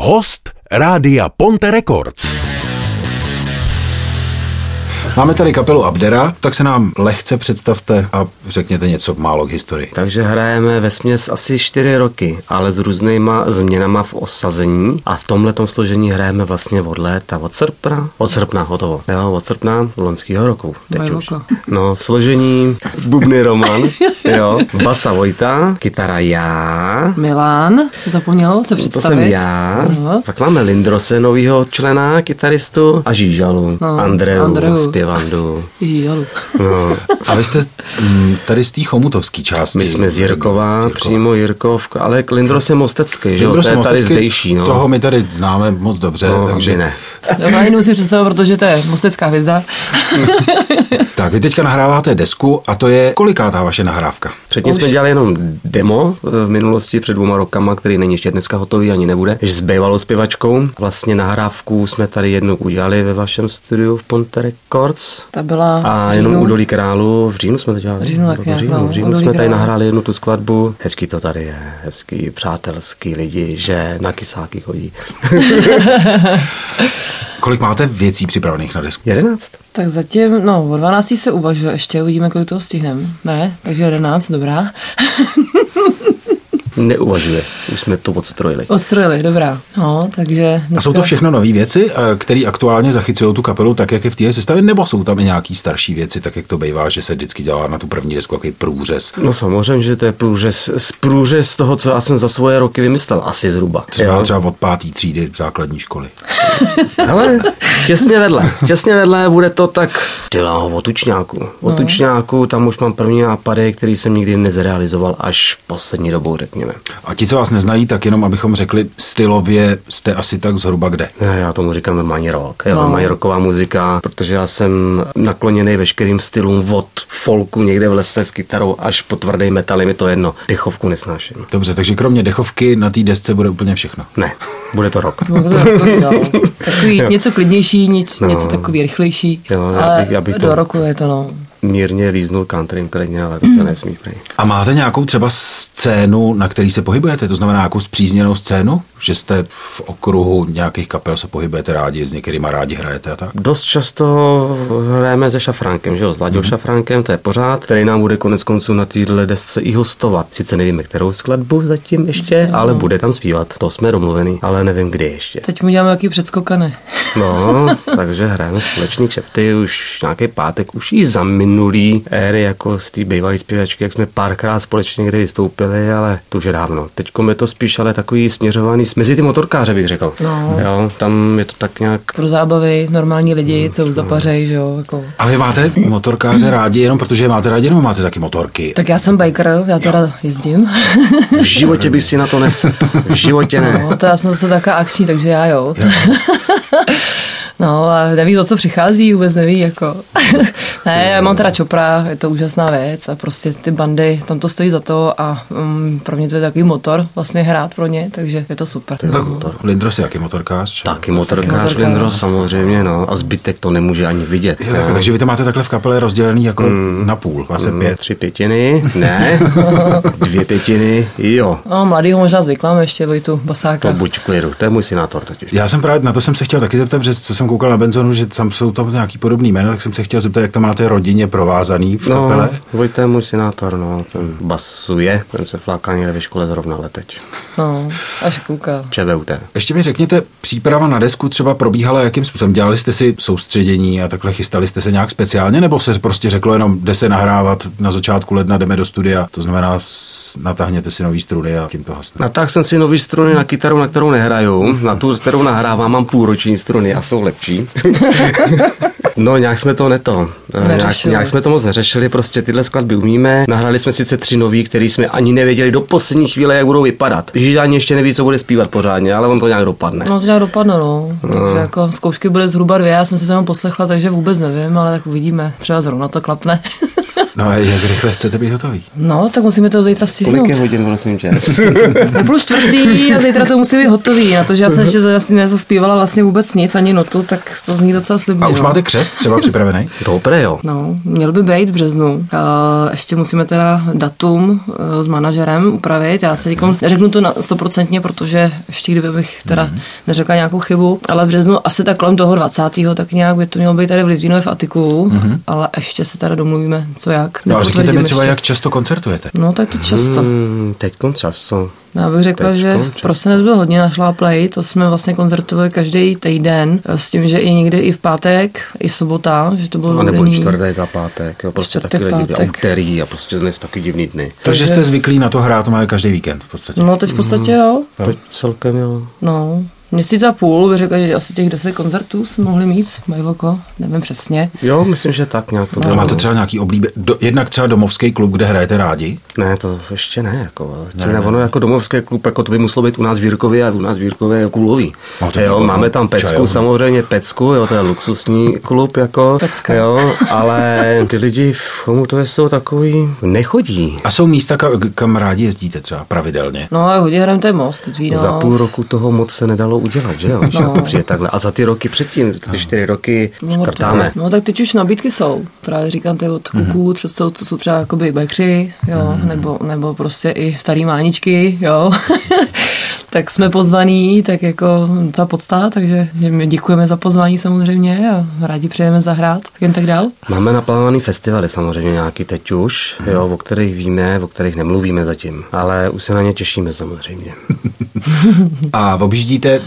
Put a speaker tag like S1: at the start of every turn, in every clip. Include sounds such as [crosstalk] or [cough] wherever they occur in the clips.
S1: host Rádia Ponte Records.
S2: Máme tady kapelu Abdera, tak se nám lehce představte a řekněte něco málo k historii.
S3: Takže hrajeme ve směs asi 4 roky, ale s různýma změnama v osazení a v tomhle složení hrajeme vlastně od léta, od srpna, od srpna hotovo, jo, od srpna loňského roku. Teď už. No, v složení bubny Roman, jo, basa Vojta, kytara já,
S4: Milan, se zapomněl se
S3: No, to
S4: představit.
S3: jsem já,
S4: No.
S3: pak máme Lindrose, novýho člena, kytaristu a Žížalu,
S4: No,
S3: Andreu,
S4: Andreu.
S3: zpěvandu.
S4: Žíjalu.
S3: No.
S2: A vy jste mm, tady z té chomutovské části.
S3: My jsme z Jirkova, přímo Jirkov, ale k Lindros je mostecký, že jo? To je tady
S2: Mostecký,
S3: zdejší, no.
S2: Toho my tady známe moc dobře,
S3: no,
S2: takže...
S3: takže ne.
S4: [laughs] Já jenom si představil, protože to je mostecká hvězda.
S2: [laughs] Tak, vy teďka nahráváte desku a to je kolikátá vaše nahrávka?
S3: Předtím
S4: Už-
S3: jsme dělali jenom demo eh, v minulosti před dvěma rokama, který není ještě dneska hotový, ani nebude, že s bývalou zpěvačkou. Vlastně nahrávku jsme tady jednou udělali ve vašem studiu v Ponte Records.
S4: Ta byla
S3: A
S4: v
S3: jenom
S4: říjnu.
S3: u Dolí králu, v říjnu jsme to dělali.
S4: V říjnu tak
S3: Nebo
S4: nějak,
S3: v říjnu,
S4: no,
S3: v
S4: u
S3: říjnu
S4: Dolí
S3: jsme tady
S4: Králu.
S3: nahráli jednu tu skladbu. Hezký to tady je, hezký, přátelský lidi, že na kysáky chodí.
S2: Kolik máte věcí připravených na desku?
S3: Jedenáct.
S4: Tak zatím, no, o 12 se uvažuje, ještě uvidíme, kolik toho stihneme. Ne, takže 11, dobrá. [laughs]
S3: Neuvažuje, už jsme to odstrojili.
S4: Ostrojili, dobrá. No, takže...
S2: A jsou to
S4: dneska-
S2: všechno nové věci, eh, které aktuálně zachycují tu kapelu tak, jak je v té sestavě, nebo jsou tam i nějaký starší věci, tak jak to bývá, že se vždycky dělá na tu první desku jaký průřez?
S3: No samozřejmě, že to je průřez, z průřez toho, co já jsem za svoje roky vymyslel, asi zhruba.
S2: Třeba,
S3: Jo.
S2: třeba od pátý třídy základní školy.
S3: Hele, těsně vedle, těsně vedle bude to tak, ty láho, o tučňáku. O tučňáku, tam už mám první nápady, který jsem nikdy nezrealizoval až poslední dobou, řekněme.
S2: A ti, co vás neznají, tak jenom abychom řekli, stylově jste asi tak zhruba kde.
S3: Ne, Já tomu říkám normálně rock, jo,
S4: No.
S3: normálně rocková muzika, protože já jsem nakloněný veškerým stylům od folku někde v lese s kytarou až po tvrdý metal, je mi to jedno. Dechovku nesnáším.
S2: Dobře, takže kromě dechovky na té desce bude úplně všechno.
S3: Ne, bude to rock.
S4: No, to je
S3: [laughs]
S4: takový, no. Takový
S3: Jo.
S4: něco klidnější, nic,
S3: No.
S4: něco takový rychlejší,
S3: Jo, já
S4: ale
S3: bych- já bych
S4: do
S3: to-
S4: roku je to, no.
S3: mírně líznul countrym klidně, ale to se nesmí prej.
S2: A máte nějakou třeba scénu, na který se pohybujete? To znamená nějakou zpřízněnou scénu? Že jste v okruhu nějakých kapel se pohybujete rádi, s některýma rádi hrajete a tak?
S3: Dost často hrajeme se Šafránkem, že jo, s Láďou Šafránkem, to je pořád, který nám bude konec konců na téhle desce i hostovat. Sice nevíme, kterou skladbu zatím ještě, ale bude tam zpívat, to jsme domluvený, ale nevím kdy ještě.
S4: Teď mu děláme jaký předskokany.
S3: No, takže hrajeme společný kšefty už nějaký pátek, už i za minulý éry, jako z té bývalé zpěvačky, jak jsme párkrát společně někde vystoupili, ale to už je dávno. Teď je to spíš ale takový směřovaný mezi ty motorkáře, bych řekl.
S4: No.
S3: Jo, tam je to tak nějak
S4: Pro zábavy normální
S3: Mm,
S4: lidi, co zapařej, že jo, jako...
S2: A vy máte motorkáře rádi jenom protože je máte rádi, nebo máte taky motorky?
S4: Tak já jsem biker, já teda jezdím. [laughs]
S3: V životě bych si na to nes. V životě ne.
S4: No, to já jsem zase taká akční, takže já jo. [laughs] No a neví, o co přichází, vůbec neví, jako. ne, já mám teda čopra, je to úžasná věc a prostě ty bandy, tam to stojí za to a um, pro mě to je takový motor vlastně hrát pro ně, takže je to super.
S2: No,
S4: no.
S2: tak Lindros je jaký motorkář?
S3: Taky motorkář
S4: Motorkář.
S3: Lindros samozřejmě, no. A zbytek to nemůže ani vidět.
S2: Jo, tak,
S3: no.
S2: takže vy to máte takhle v kapele rozdělený jako na půl, vás je
S3: Mm,
S2: pět.
S3: Tři pětiny,
S2: [laughs]
S3: ne. Dvě pětiny, jo.
S4: No, mladýho možná zvyklám ještě Vojtu
S3: To
S4: Basáka.
S3: buď v klidu, to je můj synátor totiž.
S2: Já jsem právě, na to jsem se chtěl taky zeptat, že co jsem koukal na Benzonu, že tam jsou tam nějaký podobný jméno, tak jsem se chtěl zeptat, jak to máte rodině provázaný v
S3: No,
S2: kapele.
S3: Vojta je můj synátor, no, ten basuje, ten se fláká někde ve škole zrovna leteč.
S4: No, až kouká.
S3: ČVUT.
S2: Ještě mi řekněte, příprava na desku třeba probíhala jakým způsobem? Dělali jste si soustředění a takhle chystali jste se nějak speciálně, nebo se prostě řeklo jenom, jde se nahrávat na začátku ledna, jdeme do studia, to znamená, s- natáhněte si nový struny a tím to hasne.
S3: Natáhl jsem si nový struny na kytaru, na kterou nehraju.
S4: Mhm.
S3: Na tu, kterou nahrávám, mám půlroční struny a jsou
S4: [laughs]
S3: lepší. no, nějak jsme to neto. eh, Nějak,
S4: Neřešili.
S3: nějak, jsme to moc neřešili, prostě tyhle skladby umíme. Nahrali jsme sice tři nový, který jsme ani nevěděli do poslední chvíle, jak budou vypadat. Žižání ještě neví, co bude zpívat pořádně, ale on to nějak dopadne.
S4: No to nějak dopadne, no. Takže jako zkoušky byly zhruba dvě, já jsem si to jenom poslechla, takže vůbec nevím, ale tak uvidíme. Třeba zrovna to klapne. [laughs]
S2: No a jak rychle chcete být hotový?
S4: No, tak musíme to zítra
S3: Kolik
S4: stihnout.
S3: je hodin, prosím tě?
S4: Je plus čtvrtý a zítra to musí být hotový. Na to, že já jsem ještě vlastně nezaspívala vlastně vůbec nic, ani notu, tak to zní docela slibně.
S2: A už
S4: no.
S2: máte křest třeba připravený?
S3: Dobré, jo.
S4: No, měl by být v březnu. A ještě musíme teda datum eh, s manažerem upravit. Já se říkám, neřeknu to na stoprocentně, protože ještě kdyby bych teda
S2: Mhm.
S4: neřekla nějakou chybu, ale v březnu asi tak kolem toho 20. tak nějak by to mělo být tady v Litvínově v Atiku, ale ještě se teda domluvíme, co
S2: Mhm.
S4: jak.
S2: No a řekněte mi
S4: Nepotvrdím
S2: třeba,
S4: ještě.
S2: jak často koncertujete.
S4: No, tak to často.
S3: Hmm, teď často.
S4: Já bych řekla,
S3: Tečko,
S4: že
S3: často.
S4: prosinec byl hodně našláplej, to jsme vlastně koncertovali každý týden, eh, s tím, že i někdy i v pátek, i sobota, že to bylo
S3: A nebo i
S4: dvoudenní.
S3: čtvrtek a pátek, jo, prostě
S4: No, Čtvrtek,
S3: takové divné, a
S4: pátek.
S3: úterý a prostě dnes taky divný dny.
S2: Takže jste zvyklí na to hrát máme každý víkend v podstatě.
S4: No, teď v podstatě
S3: Mm.
S4: jo.
S3: To celkem jo.
S4: No, měsíc a půl, bych řekla, že asi těch 10 koncertů jsme mohli mít, mají oko, nevím přesně.
S3: Jo, myslím, že tak nějak
S2: A
S3: to bylo.
S2: máte No, třeba nějaký oblíbe, do, jednak třeba domovský klub, kde hrajete rádi?
S3: Ne, to ještě ne, jako, ještě ne, ne, ono jako domovské klub, jako to by muselo být u nás v Jirkově a u nás v Jirkově je kulový.
S2: No, to je
S3: jo,
S2: výborný.
S3: máme tam Pecku,
S2: Čajovna.
S3: samozřejmě Pecku, jo, to je luxusní klub, jako,
S4: Pecka.
S3: jo, ale ty lidi v Chomutově jsou takový, nechodí.
S2: A jsou místa, kam, kam rádi jezdíte třeba pravidelně?
S4: No a hodně hrám to je most, teď ví, no.
S3: Za půl roku toho moc se nedalo udělat, že jo, když no.
S4: No.
S3: to přijde takhle. A za ty roky předtím, za ty čtyři roky,
S4: No,
S3: škrtáme.
S4: No tak teď už nabídky jsou. Právě říkám ty od kluků, mm-hmm. co, co jsou třeba jakoby bekři, jo, nebo, nebo prostě i starý máničky, jo. [laughs] tak jsme pozvaní, tak jako za podsta, takže my děkujeme za pozvání samozřejmě a rádi přejeme zahrát, jen tak dál.
S3: Máme naplánovaný festivaly samozřejmě nějaký teď už,
S4: Mhm.
S3: jo, o kterých víme, o kterých nemluvíme zatím, ale už se na ně těšíme samozřejmě. Mhm.
S2: A objíždíte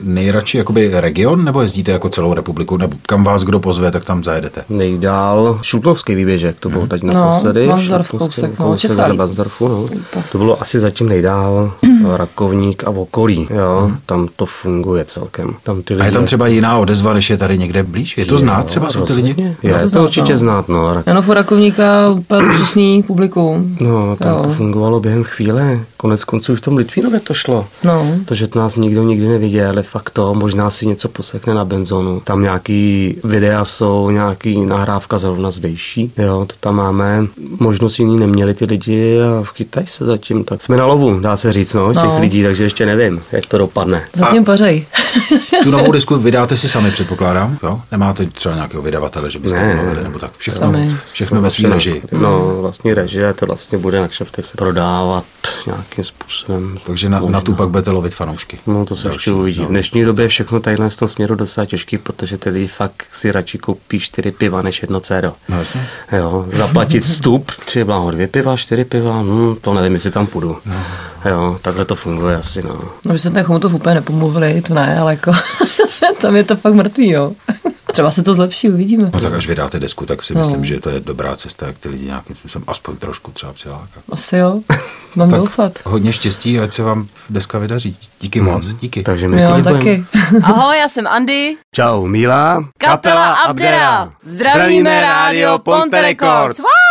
S2: nejradši jakoby region, nebo jezdíte jako celou republiku, nebo kam vás kdo pozve, tak tam zajedete?
S3: Nejdál šutlovský výběžek, to bylo teď
S4: No,
S3: naposledy.
S4: Varnsdorf
S3: Šluknovský,
S4: kousek, no,
S3: kousek
S4: Česká
S3: za
S4: Lípa.
S3: Varnsdorfu, no.
S4: Lípa. Mhm.
S3: To bylo asi zatím nejdál Rakovník a okolí, jo, tam to funguje celkem. Tam ty
S2: A
S3: lidi
S2: je tam třeba jiná odezva, než je tady někde blíž? Je to znát
S3: Jo,
S2: třeba, jsou ty
S3: rozhodně.
S2: lidi?
S3: Je,
S4: No, to
S3: to,
S4: znát,
S3: určitě
S4: no.
S3: znát, no. Rak-
S4: Jano Forakovníka, úplně luxusní publikum.
S3: No, tam to
S4: Jo.
S3: fungovalo během chvíle. Konec konců i v tom Litvínově to šlo.
S4: No.
S3: To, že to nás nikdo nikdy neviděl, ale fakt to, možná si něco posekne na benzonu. Tam nějaký videa jsou, nějaký nahrávka zrovna zdejší, jo, to tam máme. Možnost jiný neměli ty lidi a chytají se zatím, tak jsme na lovu, dá se říct, no, těch
S4: No.
S3: lidí, takže ještě nevím, jak to dopadne.
S4: Zatím pařej. [laughs]
S2: Tu
S3: [laughs]
S2: novou disku vydáte si sami, předpokládám, jo? Nemáte třeba nějakého vydavatele, že byste
S3: Ne.
S2: to mluvili, nebo tak všechno,
S4: Sami.
S2: všechno ve svý
S3: Všechno. prostě
S2: režii.
S3: No, vlastní režie, to vlastně bude na kšeftech se prodávat nějakým způsobem.
S2: Takže na, na tu pak budete lovit fanoušky.
S3: No to se ještě uvidí. V dnešní době je všechno tadyhle z tom směru docela těžký, protože ty lidi fakt si radši koupí čtyři piva než jedno cero.
S2: No jasně.
S3: Jo, [laughs] zaplatit vstup, tři bláho, dvě piva, čtyři piva, hm, to nevím, jestli tam půjdu. Jo, takhle to funguje asi, no.
S4: No, my se ten Chomutov úplně nepomluvili, to ne, ale jako [laughs] tam je to fakt mrtvý, jo. [laughs] Třeba se to zlepší, uvidíme.
S2: No tak až vydáte desku, tak si
S4: No.
S2: myslím, že to je dobrá cesta, jak ty lidi nějakým způsobem aspoň trošku třeba přilákat.
S4: Asi jo, mám
S2: Tak
S4: doufat.
S2: hodně štěstí, ať se vám deska vydaří. Díky moc, díky.
S3: Takže my
S4: Jo,
S3: ti děkujeme.
S4: taky.
S5: Ahoj, já jsem Andy.
S3: Čau, Míla.
S5: Kapela Abdera. Zdravíme rádio Ponte Records. Wow!